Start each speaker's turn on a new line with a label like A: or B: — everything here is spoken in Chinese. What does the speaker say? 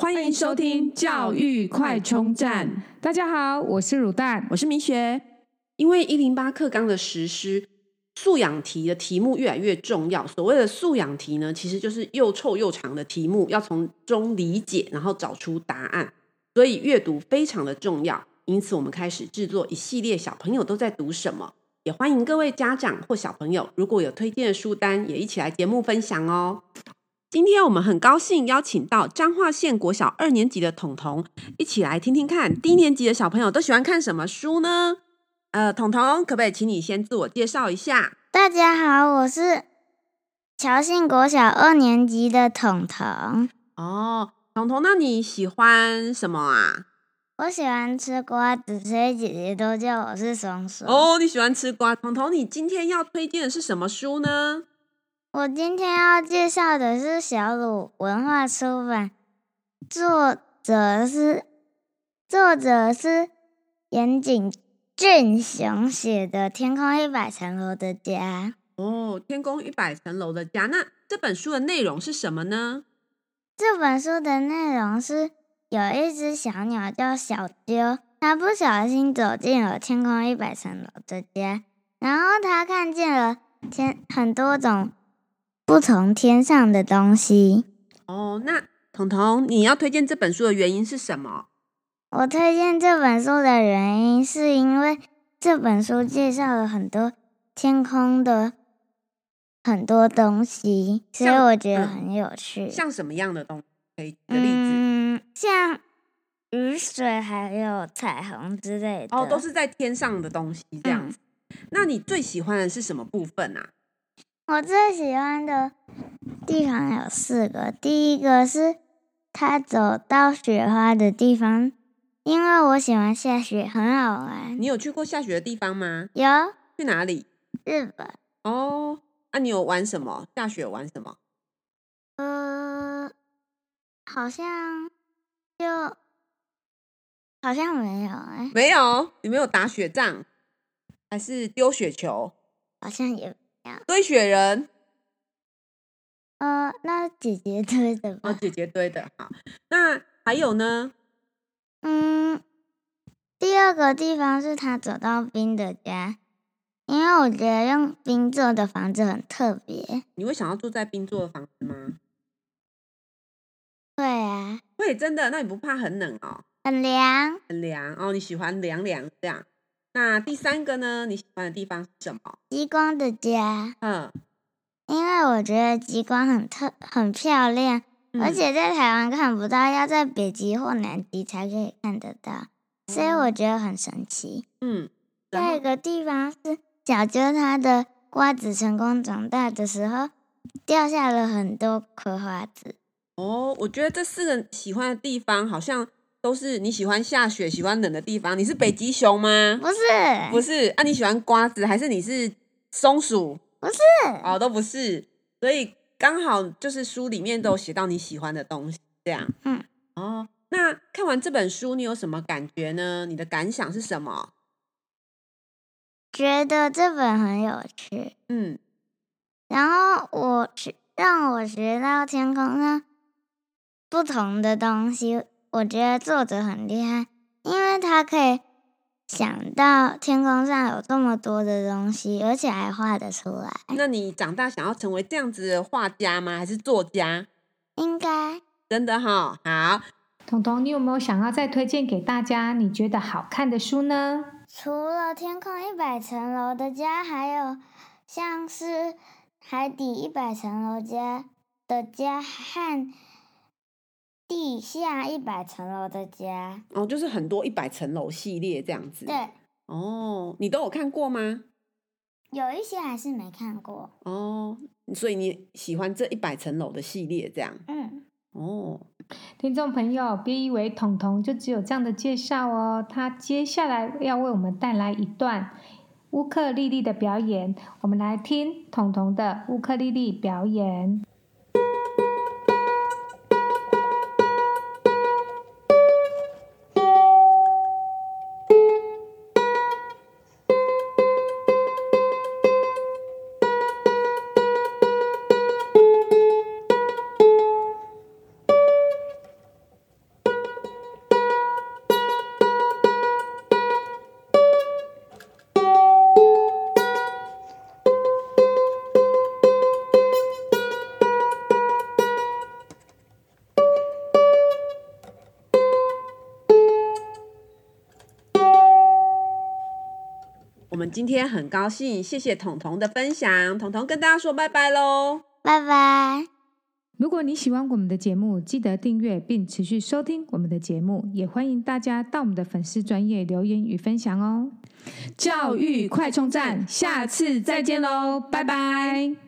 A: 欢迎收听教育快充站，
B: 大家好，我是乳蛋。
A: 我是明学。
C: 因为一零八课纲的实施，素养题的题目越来越重要。所谓的素养题呢，其实就是又臭又长的题目，要从中理解，然后找出答案。所以阅读非常的重要。因此，我们开始制作一系列小朋友都在读什么，也欢迎各位家长或小朋友，如果有推荐的书单，也一起来节目分享哦。今天我们很高兴邀请到彰化县国小二年级的彤彤，一起来听听看低年级的小朋友都喜欢看什么书呢？呃，彤彤，可不可以请你先自我介绍一下？
D: 大家好，我是侨信国小二年级的彤彤。
C: 哦，彤彤，那你喜欢什么啊？
D: 我喜欢吃瓜子，所以姐姐都叫我是松松。
C: 哦，你喜欢吃瓜。彤彤，你今天要推荐的是什么书呢？
D: 我今天要介绍的是小鲁文化出版，作者是作者是岩井俊雄写的《天空一百层楼的家》。
C: 哦，《天宫一百层楼的家》。那这本书的内容是什么呢？
D: 这本书的内容是有一只小鸟叫小鸠，它不小心走进了天空一百层楼的家，然后它看见了天很多种不同天上的东西。
C: 哦，那彤彤，你要推荐这本书的原因是什么？
D: 我推荐这本书的原因是因为这本书介绍了很多天空的很多东西，所以
C: 像
D: 我觉得
C: 嗯
D: 很有趣。
C: 像什么样的东西？可以举个例子。
D: 嗯，像雨水还有彩虹之类的。
C: 哦，都是在天上的东西这样
D: 嗯
C: 子。那你最喜欢的是什么部分啊？
D: 我最喜欢的地方有四个，第一个是他走到雪花的地方，因为我喜欢下雪，很好玩。
C: 你有去过下雪的地方吗？
D: 有
C: 去哪里？
D: 日本，
C: 哦，那、你有玩什么？下雪玩什么？
D: 呃，好像就好像没有哎、
C: 没有，你没有打雪仗，还是丢雪球、
D: 好像也
C: 堆雪人？
D: 呃，那姐姐推的吧。
C: 哦，姐姐堆的。好，那还有呢？
D: 嗯，第二个地方是他走到冰的家，因为我觉得用冰做的房子很特别。
C: 你会想要住在冰做的房子吗？
D: 对啊，
C: 会，真的。那你不怕很冷哦？
D: 很凉。
C: 很凉哦，你喜欢凉凉这样。那第三个呢？你喜欢的地方是什么？
D: 极光的家，
C: 嗯，
D: 因为我觉得极光很特很漂亮，而
C: 嗯
D: 且在台湾看不到，要在北极或南极才可以看得到，所以我觉得很神奇。
C: 嗯，哦然
D: 下
C: 后
D: 一个地方是小鸠，它的瓜子成功长大的时候，掉下了很多葵花籽。
C: 哦，我觉得这四个喜欢的地方好像都是你喜欢下雪、喜欢冷的地方。你是北极熊吗？
D: 不是，
C: 不是，啊，你喜欢瓜子还是你是松鼠？
D: 不是
C: 哦，都不是，所以刚好就是书里面都有写到你喜欢的东西，这样。
D: 嗯，
C: 哦，那看完这本书，你有什么感觉呢？你的感想是什么？
D: 觉得这本很有趣。
C: 嗯，
D: 然后我学让我学到天空上不同的东西，我觉得作者很厉害，因为他可以想到天空上有这么多的东西，而且还画得出来。
C: 那你长大想要成为这样子的画家吗？还是作家？
D: 应该
C: 真的哈、好，
B: 彤彤，你有没有想要再推荐给大家你觉得好看的书呢？
D: 除了《天空一百层楼的家》，还有像是《海底一百层楼家》的家和《地下一百层楼的家》。
C: 哦，就是很多一百层楼系列这样子。
D: 对，
C: 哦，你都有看过吗？
D: 有一些还是没看过。
C: 哦，所以你喜欢这一百层楼的系列这样？
D: 嗯，
C: 哦，
B: 听众朋友，别以为彤彤就只有这样的介绍哦，他接下来要为我们带来一段乌克丽丽的表演，我们来听彤彤的乌克丽丽表演。
C: 们今天很高兴，谢谢彤彤的分享，彤彤跟大家说拜拜喽。
D: 拜拜。
B: 如果你喜欢我们的节目，记得订阅并持续收听我们的节目，也欢迎大家到我们的粉丝专业留言与分享哦。
A: 教育快充站，下次再见喽，拜拜。